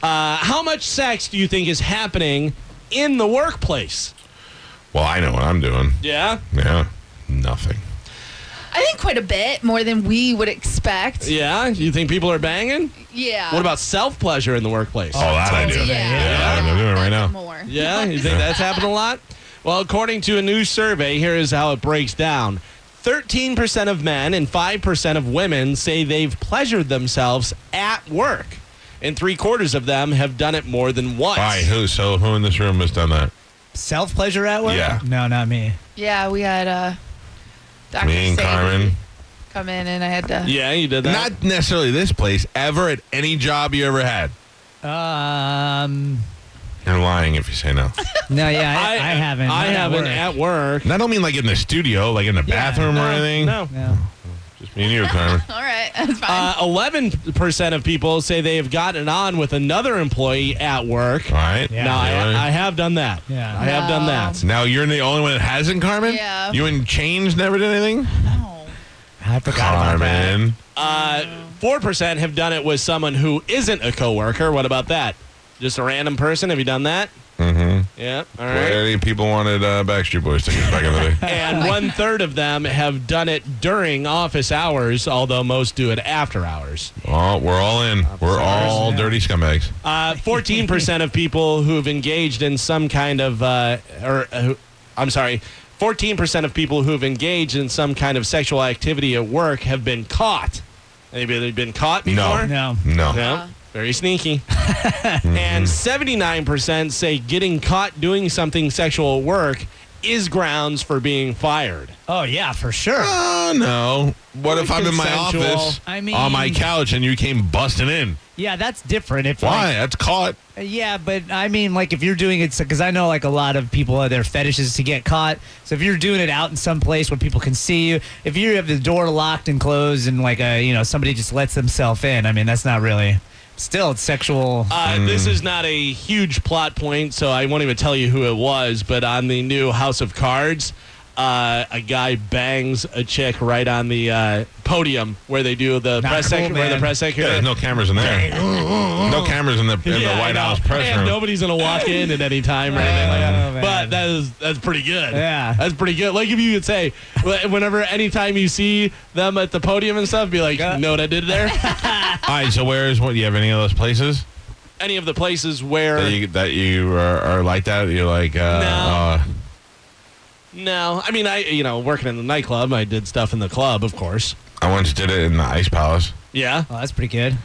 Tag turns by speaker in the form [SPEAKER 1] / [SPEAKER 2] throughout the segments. [SPEAKER 1] Uh, how much sex do you think is happening in the workplace?
[SPEAKER 2] Well, I know what I'm doing.
[SPEAKER 1] Yeah.
[SPEAKER 2] Yeah, nothing.
[SPEAKER 3] I think quite a bit more than we would expect.
[SPEAKER 1] Yeah. You think people are banging?
[SPEAKER 3] Yeah.
[SPEAKER 1] What about self pleasure in the workplace?
[SPEAKER 2] Uh, Oh, that I do.
[SPEAKER 3] Yeah.
[SPEAKER 2] I'm doing it right now.
[SPEAKER 3] That's More.
[SPEAKER 1] Yeah, you think that's happened a lot? Well, according to a new survey, here is how it breaks down 13% of men and 5% of women say they've pleasured themselves at work, and three quarters of them have done it more than once.
[SPEAKER 2] All right, who? So who in this room has done that?
[SPEAKER 4] Self pleasure at work?
[SPEAKER 2] Yeah.
[SPEAKER 4] No, not me.
[SPEAKER 3] Yeah, we had uh, Dr.
[SPEAKER 2] Me and
[SPEAKER 3] Sadie
[SPEAKER 2] Carmen.
[SPEAKER 3] come in, and I had to.
[SPEAKER 1] Yeah, you did that.
[SPEAKER 2] Not necessarily this place. Ever at any job you ever had.
[SPEAKER 4] Um.
[SPEAKER 2] You're lying if you say no.
[SPEAKER 4] No, yeah, I, I, haven't.
[SPEAKER 1] I
[SPEAKER 4] Not at
[SPEAKER 1] haven't
[SPEAKER 4] work.
[SPEAKER 1] at work.
[SPEAKER 2] And I don't mean like in the studio, like in the
[SPEAKER 4] Yeah,
[SPEAKER 2] bathroom or anything.
[SPEAKER 1] No.
[SPEAKER 4] No.
[SPEAKER 2] Just me and you, Carmen.
[SPEAKER 3] All right, that's fine.
[SPEAKER 1] Uh, 11% of people say they have gotten on with another employee at work.
[SPEAKER 2] All right.
[SPEAKER 4] Yeah.
[SPEAKER 1] Now,
[SPEAKER 2] Really?
[SPEAKER 1] I, I have done that.
[SPEAKER 4] Yeah.
[SPEAKER 1] I have done that.
[SPEAKER 2] now you're the only one that hasn't, Carmen.
[SPEAKER 3] Yeah.
[SPEAKER 2] You and Chains never did anything.
[SPEAKER 3] no.
[SPEAKER 4] I forgot about that.
[SPEAKER 2] Carmen.
[SPEAKER 1] Uh, Four percent have done it with someone who isn't a coworker. What about that? Just a random person. Have you done that? Mm-hmm. Yeah. All right.
[SPEAKER 2] Many people wanted uh, Backstreet Boys tickets back in the day.
[SPEAKER 1] And one third of them have done it during office hours, although most do it after hours.
[SPEAKER 2] Oh, we're all in. We're all
[SPEAKER 4] Yeah.
[SPEAKER 2] dirty scumbags.
[SPEAKER 1] Uh, Fourteen percent of people who have engaged in some kind of, uh, or uh, who- I'm sorry, fourteen percent of people who have engaged in some kind of sexual activity at work have been caught. Anybody that been caught
[SPEAKER 2] No.
[SPEAKER 1] before?
[SPEAKER 4] No.
[SPEAKER 2] No.
[SPEAKER 1] Yeah. Very sneaky. and 79% say getting caught doing something sexual at work is grounds for being fired.
[SPEAKER 4] Oh yeah, for sure.
[SPEAKER 2] Oh no! What
[SPEAKER 1] Really
[SPEAKER 2] if I'm in my
[SPEAKER 1] consensual.
[SPEAKER 2] office
[SPEAKER 4] I mean-
[SPEAKER 2] on my couch and you came busting in?
[SPEAKER 4] Yeah, that's different. If
[SPEAKER 2] Why? That's caught.
[SPEAKER 4] like- yeah, but I mean, like if you're doing it, because I know like a lot of people their fetishes to get caught. So if you're doing it out in some place where people can see you, if you have the door locked and closed, and like a you know somebody just lets themselves in, I mean that's not really. Still, it's sexual.
[SPEAKER 1] Uh, This
[SPEAKER 2] Hmm.
[SPEAKER 1] is not a huge plot point, so I won't even tell you who it was, but on the new House of Cards, uh, a guy bangs a chick right on the uh, podium where they do the
[SPEAKER 4] Not
[SPEAKER 1] press
[SPEAKER 4] cool,
[SPEAKER 1] secretary. Where the
[SPEAKER 4] man.
[SPEAKER 1] press
[SPEAKER 2] Yeah,
[SPEAKER 1] secretary.
[SPEAKER 2] there's no cameras in there. no cameras in the in
[SPEAKER 1] Yeah,
[SPEAKER 2] the
[SPEAKER 1] I
[SPEAKER 2] White
[SPEAKER 1] know.
[SPEAKER 2] House press
[SPEAKER 1] And
[SPEAKER 2] room.
[SPEAKER 1] nobody's gonna walk in at any time or anything like
[SPEAKER 4] Oh,
[SPEAKER 1] that.
[SPEAKER 4] man.
[SPEAKER 1] But that is that's pretty good.
[SPEAKER 4] Yeah.
[SPEAKER 1] that's pretty good. Like if you could say, wh- whenever anytime you see them at the podium and stuff, be like, "Know what I did there?"
[SPEAKER 2] All right. So where is what? Do you have any of those places
[SPEAKER 1] any of the places where
[SPEAKER 2] that you that you are, are like that? You're like, uh, uh,
[SPEAKER 1] no, I mean I you know working in the nightclub, I did stuff in the club, of course.
[SPEAKER 2] I once did it in the Ice Palace.
[SPEAKER 1] Yeah,
[SPEAKER 4] oh, that's pretty good.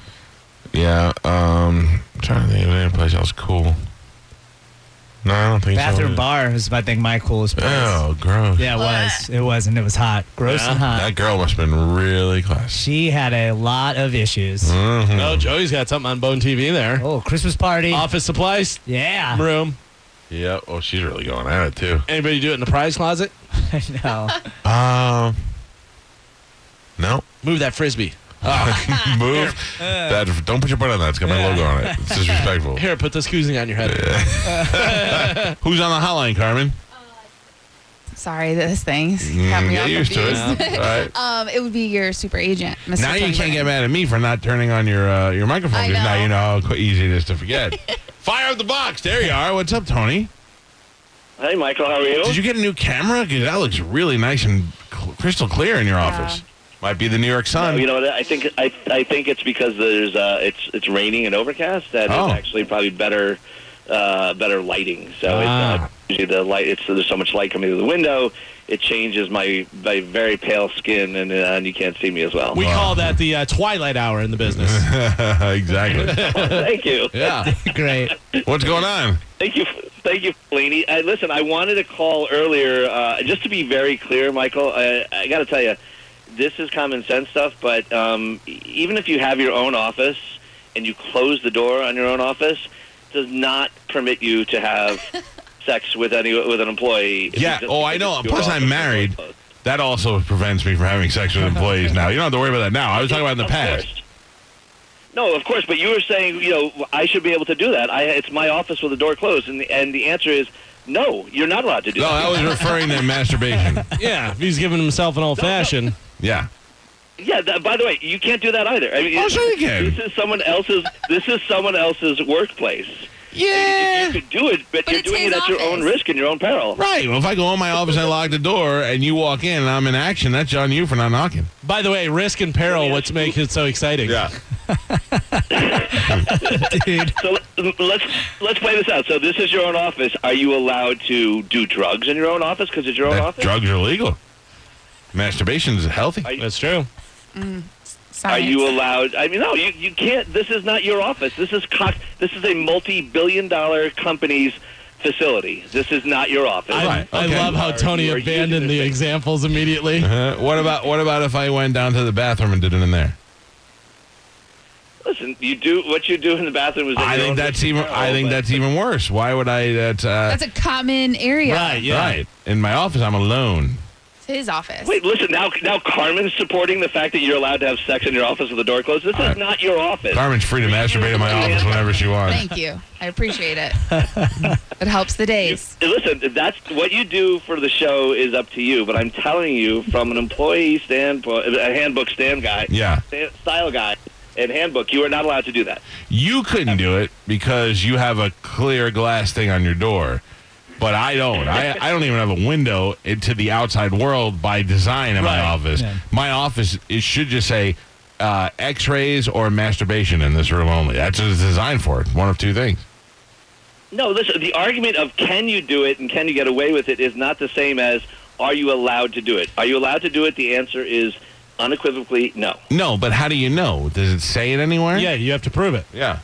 [SPEAKER 2] Yeah. Um, I'm trying to think of any place else cool. No, I don't think
[SPEAKER 4] Bathroom
[SPEAKER 2] so.
[SPEAKER 4] bar is, I think, my coolest place.
[SPEAKER 2] Oh, gross.
[SPEAKER 4] Yeah, Uh-huh. it was. It was, and it was hot, gross
[SPEAKER 1] Yeah.
[SPEAKER 4] and hot.
[SPEAKER 2] That girl must have been really classy.
[SPEAKER 4] she had a lot of issues.
[SPEAKER 1] Mm.
[SPEAKER 2] Mhm.
[SPEAKER 1] no, Oh, Joey's got something on Bone TV there.
[SPEAKER 4] Oh, Christmas party.
[SPEAKER 1] Office supplies
[SPEAKER 2] Ah.
[SPEAKER 4] yeah.
[SPEAKER 1] room.
[SPEAKER 2] Yeah. Oh, she's really going at it too.
[SPEAKER 1] Anybody do it in the prize closet?
[SPEAKER 4] I know.
[SPEAKER 2] Um. No.
[SPEAKER 1] Move that frisbee.
[SPEAKER 2] Move. That. Don't put your butt on that. It's got my logo on it. It's disrespectful.
[SPEAKER 1] Here, put this koozie on your head.
[SPEAKER 2] Who's on the hotline, Carmen?
[SPEAKER 3] Sorry, this thing's
[SPEAKER 2] Mm,
[SPEAKER 3] got me all
[SPEAKER 2] get used to it.
[SPEAKER 3] confused.
[SPEAKER 2] All right.
[SPEAKER 3] Um, it would be your super agent, Mr.
[SPEAKER 2] Now you
[SPEAKER 3] Klingberg.
[SPEAKER 2] can't get mad at me for not turning on your uh, your microphone
[SPEAKER 3] I
[SPEAKER 2] because now
[SPEAKER 3] know.
[SPEAKER 2] you know how easy it is to forget. Fire up the box. There you are. What's up, Tony?
[SPEAKER 5] Hey, Michael, how are you?
[SPEAKER 2] Did you get a new camera? Because that looks really nice and cl- crystal clear in your
[SPEAKER 3] Yeah.
[SPEAKER 2] office. Might be the New York Sun.
[SPEAKER 5] No, Uh, you know, what, I think I, I think it's because there's uh, it's it's raining and overcast that it's
[SPEAKER 2] Oh.
[SPEAKER 5] actually probably better uh, better lighting. So
[SPEAKER 2] Ah.
[SPEAKER 5] it's, uh, usually the light it's there's so much light coming through the window, it changes my my very pale skin and uh, and you can't see me as well.
[SPEAKER 1] We call that the uh, twilight hour in the business.
[SPEAKER 2] exactly.
[SPEAKER 5] thank you,
[SPEAKER 1] yeah.
[SPEAKER 4] Great.
[SPEAKER 2] What's going on?
[SPEAKER 5] thank you, thank you, Fellini. I, listen, I wanted to call earlier uh, just to be very clear, Michael. I, I got to tell you, this is common sense stuff, but um, e- even if you have your own office and you close the door on your own office, it does not permit you to have sex with any with an employee.
[SPEAKER 2] Yeah,
[SPEAKER 5] Just
[SPEAKER 2] oh, I
[SPEAKER 5] because
[SPEAKER 2] know.
[SPEAKER 5] it's your
[SPEAKER 2] Plus, I'm
[SPEAKER 5] office is
[SPEAKER 2] married.
[SPEAKER 5] closed.
[SPEAKER 2] That also prevents me from having sex with employees now. You don't have to worry about that now. I was talking about in the
[SPEAKER 5] Of
[SPEAKER 2] past.
[SPEAKER 5] course. No, of course, but you were saying, you know, I should be able to do that. I, it's my office with the door closed, and the, and the answer is no. You're not allowed to do
[SPEAKER 2] No,
[SPEAKER 5] that.
[SPEAKER 2] I was referring to masturbation.
[SPEAKER 1] Yeah, if he's giving himself an old fashioned.
[SPEAKER 2] Yeah.
[SPEAKER 5] Yeah. Th- by the way, you can't do that either. I mean,
[SPEAKER 2] Oh, sure you can.
[SPEAKER 5] This is someone else's. this is someone else's workplace.
[SPEAKER 2] Yeah.
[SPEAKER 5] You could do it, but,
[SPEAKER 3] But
[SPEAKER 5] you're
[SPEAKER 3] it's
[SPEAKER 5] doing
[SPEAKER 3] his
[SPEAKER 5] it at your own
[SPEAKER 3] office.
[SPEAKER 5] risk and your own peril.
[SPEAKER 2] Right. Well, if I go in my office and I lock the door and you walk in and I'm in action, that's on you for not knocking.
[SPEAKER 1] By the way, risk and peril, what's making it so exciting?
[SPEAKER 4] dude.
[SPEAKER 5] So l- let's let's play this out. So this is your own office. Are you allowed to do drugs in your own office because it's your own
[SPEAKER 2] That-
[SPEAKER 5] office?
[SPEAKER 2] drugs are legal. Masturbation is healthy.
[SPEAKER 5] I-
[SPEAKER 1] That's true.
[SPEAKER 5] Are
[SPEAKER 3] Science.
[SPEAKER 5] you allowed? I mean, no, you, you can't. This is not your office. This is co- this is a multi-billion-dollar company's facility. This is not your office.
[SPEAKER 1] I,
[SPEAKER 2] Right,
[SPEAKER 1] I
[SPEAKER 2] okay.
[SPEAKER 1] love how
[SPEAKER 5] Or
[SPEAKER 1] Tony
[SPEAKER 5] you are using
[SPEAKER 1] abandoned the
[SPEAKER 5] this-
[SPEAKER 1] examples immediately.
[SPEAKER 2] Uh, what about what about if I went down to the bathroom and did it in there?
[SPEAKER 5] Listen, you do what you do in the bathroom is.
[SPEAKER 2] I
[SPEAKER 5] your own
[SPEAKER 2] think that's even.
[SPEAKER 5] control,
[SPEAKER 2] I think
[SPEAKER 5] but-
[SPEAKER 2] that's even worse. Why would I? That's, uh,
[SPEAKER 3] That's a common area.
[SPEAKER 1] Right, yeah.
[SPEAKER 2] right. In my office, I'm alone.
[SPEAKER 3] It's his office.
[SPEAKER 5] Wait, listen. Now, now Carmen's supporting the fact that you're allowed to have sex in your office with the door closed. This is
[SPEAKER 2] I-
[SPEAKER 5] not your office.
[SPEAKER 2] Carmen's free to masturbate in my office whenever she wants.
[SPEAKER 3] Thank you. I appreciate it. it helps the days.
[SPEAKER 5] Hey, Listen, that's what you do for the show is up to you. But I'm telling you, from an employee standpoint, a handbook stand guy,
[SPEAKER 2] Yeah,
[SPEAKER 5] stand, style guy, and handbook, you are not allowed to do that.
[SPEAKER 2] you couldn't do it because you have a clear glass thing on your door, but I don't. I, I don't even have a window into the outside world by design in my
[SPEAKER 1] Right,
[SPEAKER 2] office.
[SPEAKER 4] yeah.
[SPEAKER 2] My office it should just say uh, X-rays or masturbation in this room only. That's what it's designed for. One of two things.
[SPEAKER 5] No, listen, the argument of can you do it and can you get away with it is not the same as are you allowed to do it? Are you allowed to do it? The answer is unequivocally no.
[SPEAKER 2] No, but how do you know? Does it say it anywhere?
[SPEAKER 1] Yeah, you have to prove it.
[SPEAKER 2] Yeah.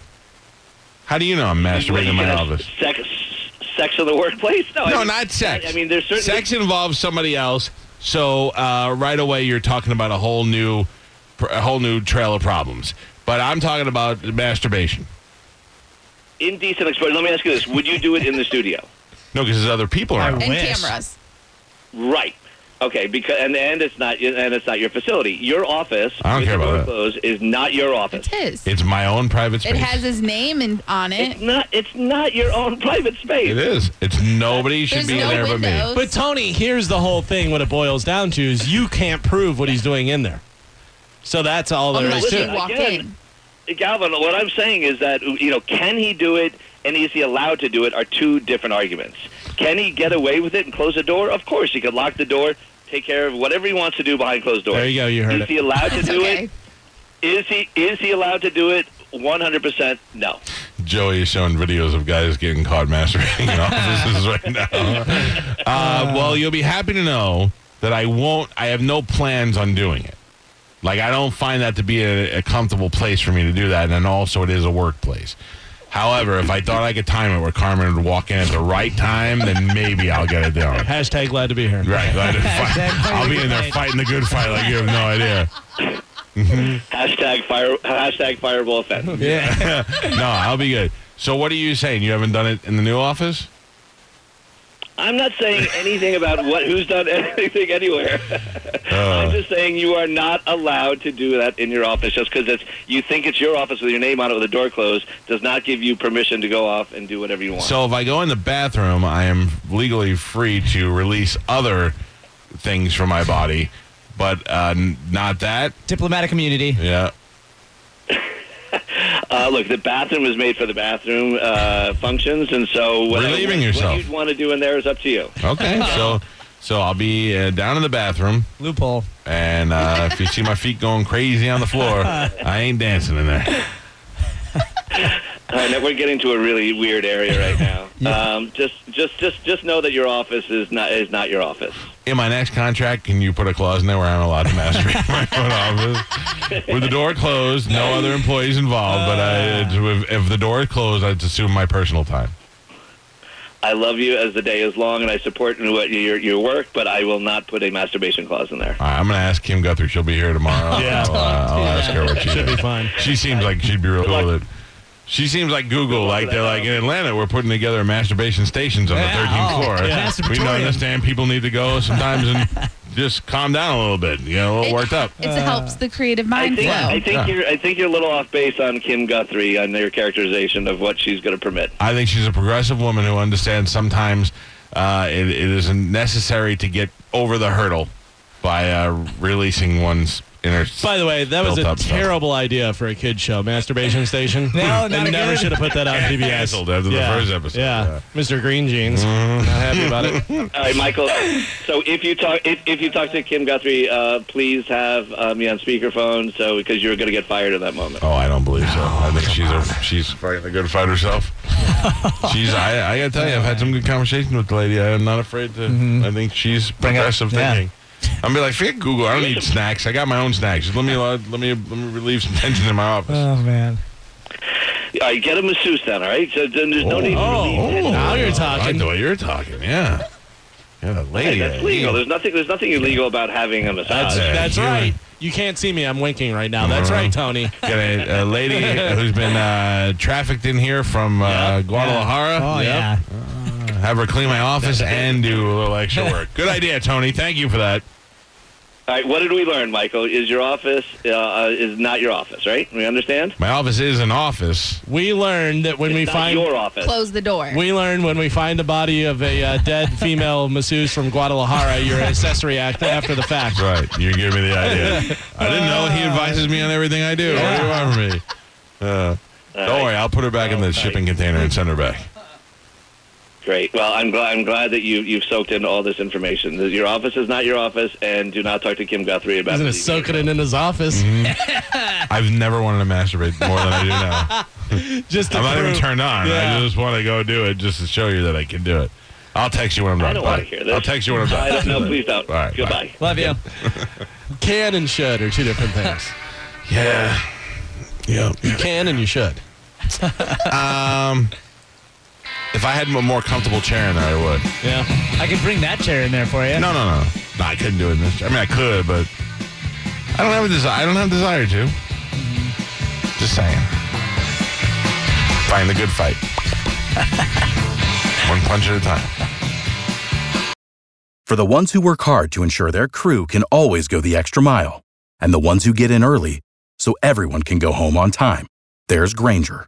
[SPEAKER 2] How do you know I'm masturbating in
[SPEAKER 5] You
[SPEAKER 2] my
[SPEAKER 5] can have
[SPEAKER 2] office?
[SPEAKER 5] Sex, sex in the workplace? No, I
[SPEAKER 2] No,
[SPEAKER 5] mean,
[SPEAKER 2] not sex.
[SPEAKER 5] I mean, there's certain
[SPEAKER 2] Sex involves somebody else, so uh, right away you're talking about a whole new, a whole new trail of problems. But I'm talking about masturbation.
[SPEAKER 5] indecent exposure. Let me ask you this: Would you do it in the studio?
[SPEAKER 2] No, because there's other people
[SPEAKER 4] I
[SPEAKER 2] around.
[SPEAKER 3] And
[SPEAKER 4] Wish.
[SPEAKER 3] cameras.
[SPEAKER 5] Right. Okay, because and, and it's not and it's not your facility. Your office
[SPEAKER 2] I don't
[SPEAKER 5] with
[SPEAKER 2] care
[SPEAKER 5] the
[SPEAKER 2] about
[SPEAKER 5] door
[SPEAKER 2] that.
[SPEAKER 5] closed is not your office.
[SPEAKER 3] It's his.
[SPEAKER 2] It's my own private space.
[SPEAKER 3] It has his name in, on it.
[SPEAKER 5] It's not it's not your own private space.
[SPEAKER 2] It is. It's nobody should
[SPEAKER 3] There's
[SPEAKER 2] be
[SPEAKER 3] no
[SPEAKER 2] there
[SPEAKER 3] windows.
[SPEAKER 1] But Tony, here's the whole thing. What it boils down to is you can't prove what he's doing in there. So that's all there is
[SPEAKER 3] unless
[SPEAKER 1] to
[SPEAKER 3] you
[SPEAKER 5] Listen,
[SPEAKER 1] it.
[SPEAKER 3] walk
[SPEAKER 5] again,
[SPEAKER 3] in.
[SPEAKER 5] Galvin, what I'm saying is that you know, can he do it and is he allowed to do it are two different arguments. Can he get away with it and close the door? Of course, he could lock the door, take care of whatever he wants to do behind closed doors.
[SPEAKER 1] There you go. You heard
[SPEAKER 5] Is
[SPEAKER 1] it.
[SPEAKER 5] he allowed to
[SPEAKER 3] It's
[SPEAKER 5] do
[SPEAKER 3] okay.
[SPEAKER 5] it? Is he is he allowed to do it? 100% no.
[SPEAKER 2] me. Joey is showing videos of guys getting caught masturbating in offices right now. Uh, well, you'll be happy to know that I won't. I have no plans on doing it. Like I don't find that to be a, a comfortable place for me to do that, and then also it is a workplace. However, if I thought I could time it where Carmen would walk in at the right time, then maybe I'll get it down.
[SPEAKER 1] Hashtag glad to be here.
[SPEAKER 2] Right, glad to fight. I'll be in there fighting the good fight like you have no idea.
[SPEAKER 5] Hashtag fire hashtag fireball offense.
[SPEAKER 4] Yeah.
[SPEAKER 2] No, I'll be good. So what are you saying? You haven't done it in the new office?
[SPEAKER 5] I'm not saying anything about what who's done anything anywhere.
[SPEAKER 2] Uh.
[SPEAKER 5] I'm just saying you are not allowed to do that in your office just because it's you think it's your office with your name on it with the door closed does not give you permission to go off and do whatever you want.
[SPEAKER 2] So if I go in the bathroom, I am legally free to release other things from my body, but uh, n- not that.
[SPEAKER 4] Diplomatic immunity.
[SPEAKER 2] Yeah.
[SPEAKER 5] uh, look, the bathroom is made for the bathroom uh, functions, and so what,
[SPEAKER 2] Relieving
[SPEAKER 5] what
[SPEAKER 2] yourself.
[SPEAKER 5] you'd want to do in there is up to you.
[SPEAKER 2] Okay. so so I'll be uh, down in the bathroom,
[SPEAKER 4] Loophole.
[SPEAKER 2] and uh, if you see my feet going crazy on the floor, I ain't dancing in there.
[SPEAKER 5] All right, now we're getting to a really weird area right now.
[SPEAKER 4] Yeah.
[SPEAKER 5] um, just, just, just, just know that your office is not is not your office.
[SPEAKER 2] In my next contract, can you put a clause in there where I'm allowed to masturbate in my own office with the door closed, no other employees involved? But I, if, if the door is closed, I'd assume my personal time.
[SPEAKER 5] I love you as the day is long, and I support what your your work, but I will not put a masturbation clause in there.
[SPEAKER 2] All right, I'm gonna ask Kim Guthrie. She'll be here tomorrow.
[SPEAKER 1] Yeah.
[SPEAKER 2] I'll, uh, I'll ask her what she
[SPEAKER 1] Should be
[SPEAKER 2] thinks.
[SPEAKER 1] fine.
[SPEAKER 2] She seems like she'd be real
[SPEAKER 5] Good luck.
[SPEAKER 2] cool with it. She seems like Google.
[SPEAKER 5] luck
[SPEAKER 2] Like
[SPEAKER 5] with
[SPEAKER 2] they're
[SPEAKER 5] that,
[SPEAKER 2] like in
[SPEAKER 5] Adam.
[SPEAKER 2] Atlanta, we're putting together masturbation stations on the
[SPEAKER 4] Yeah,
[SPEAKER 2] 13th
[SPEAKER 4] oh,
[SPEAKER 2] floor.
[SPEAKER 4] yeah.
[SPEAKER 2] We
[SPEAKER 4] Masturbatorium.
[SPEAKER 2] don't understand people need to go sometimes and just calm down a little bit. You know, a little worked up.
[SPEAKER 3] It helps the creative
[SPEAKER 5] I
[SPEAKER 3] mind
[SPEAKER 5] think, I
[SPEAKER 3] flow.
[SPEAKER 5] think you're I think you're a little off base on Kim Guthrie on your characterization of what she's going to permit.
[SPEAKER 2] I think she's a progressive woman who understands sometimes uh, it, it is necessary to get over the hurdle by uh, releasing one's inner.
[SPEAKER 1] By the way, that was
[SPEAKER 2] Built
[SPEAKER 1] a
[SPEAKER 2] up stuff.
[SPEAKER 1] terrible idea for a kid show, masturbation station.
[SPEAKER 4] No,
[SPEAKER 1] they
[SPEAKER 4] not a
[SPEAKER 1] never
[SPEAKER 4] good-
[SPEAKER 1] should have put that on PBS.
[SPEAKER 2] Canceled after the first episode,
[SPEAKER 1] Yeah, Mr. Green Jeans, not happy about it.
[SPEAKER 5] All right, Michael. So if you talk if, if you talk to Kim Guthrie, uh, please have uh, me on speakerphone, so because you're going to get fired at that moment.
[SPEAKER 2] Oh, I don't believe so. I think she's a she's fighting a good fight herself. she's I, I gotta tell you, I've had some good conversations with the lady. I am not afraid to. I think she's
[SPEAKER 4] up-
[SPEAKER 2] progressive
[SPEAKER 4] yeah.
[SPEAKER 2] thinking. I'm be like, forget Google. I don't need snacks. I got my own snacks. Just let me uh, let me let me relieve some tension in my office.
[SPEAKER 4] Oh man.
[SPEAKER 5] All right, get a masseuse then. All right. So then there's no need to relieve
[SPEAKER 1] oh,
[SPEAKER 5] tension.
[SPEAKER 1] now you're
[SPEAKER 2] I like
[SPEAKER 1] talking.
[SPEAKER 2] the way you're talking. Yeah, yeah,
[SPEAKER 5] Hey,
[SPEAKER 2] lady.
[SPEAKER 5] that's legal. There's nothing. There's nothing illegal about having a
[SPEAKER 1] That's,
[SPEAKER 5] massage.
[SPEAKER 2] Yeah,
[SPEAKER 1] that's
[SPEAKER 2] you're-
[SPEAKER 1] right. You can't see me. I'm winking right now. That's
[SPEAKER 2] Mhm.
[SPEAKER 1] right, Tony.
[SPEAKER 2] Got a, a lady who's been uh, trafficked in here from uh, Guadalajara.
[SPEAKER 4] Oh
[SPEAKER 2] Yep.
[SPEAKER 4] yeah.
[SPEAKER 2] Have her clean my office and do a little extra work. Good idea, Tony. Thank you for that.
[SPEAKER 5] All right. What did we learn, Michael? Is your office uh, is not your office, right? We understand.
[SPEAKER 2] My office is an office.
[SPEAKER 1] We learned that when
[SPEAKER 5] It's
[SPEAKER 1] we
[SPEAKER 5] not
[SPEAKER 1] find
[SPEAKER 5] your office.
[SPEAKER 3] Close the door.
[SPEAKER 1] we learned when we find the body of a uh, dead female masseuse from Guadalajara, your accessory act after the fact.
[SPEAKER 2] Right. You give me the idea. I didn't know he advises me on everything I do. What do you want from me? Uh, don't worry, I'll put her back in the shipping container and send her back.
[SPEAKER 5] Great. Well, I'm glad. I'm glad that you you've soaked in all this information. Your office is not your office, and do not talk to Kim Guthrie about
[SPEAKER 1] He's gonna
[SPEAKER 5] it.
[SPEAKER 1] soak it in his office
[SPEAKER 2] Mm-hmm. I've never wanted to masturbate more than I do now.
[SPEAKER 1] just to
[SPEAKER 2] I'm not even
[SPEAKER 1] prove.
[SPEAKER 2] turned on. I
[SPEAKER 1] Yeah.
[SPEAKER 2] just want to go do it just to show you that I can do it. I'll text you when I'm done.
[SPEAKER 5] I don't
[SPEAKER 2] Bye.
[SPEAKER 5] want to hear this.
[SPEAKER 2] I'll text you when I'm done.
[SPEAKER 5] I don't know. Please don't.
[SPEAKER 2] All right, bye.
[SPEAKER 5] Goodbye.
[SPEAKER 4] Love you.
[SPEAKER 1] can and should are two different things.
[SPEAKER 2] Yeah. Yep.
[SPEAKER 1] You can and you should.
[SPEAKER 2] If I had a more comfortable chair in there, I would.
[SPEAKER 1] Yeah.
[SPEAKER 4] I could bring that chair in there for you.
[SPEAKER 2] No, no, no. No, I couldn't do it in this. I mean, I could, but I don't have a desire. I don't have a desire to. Just saying. Find the good fight. One punch at a time.
[SPEAKER 6] For the ones who work hard to ensure their crew can always go the extra mile, and the ones who get in early so everyone can go home on time, there's Granger,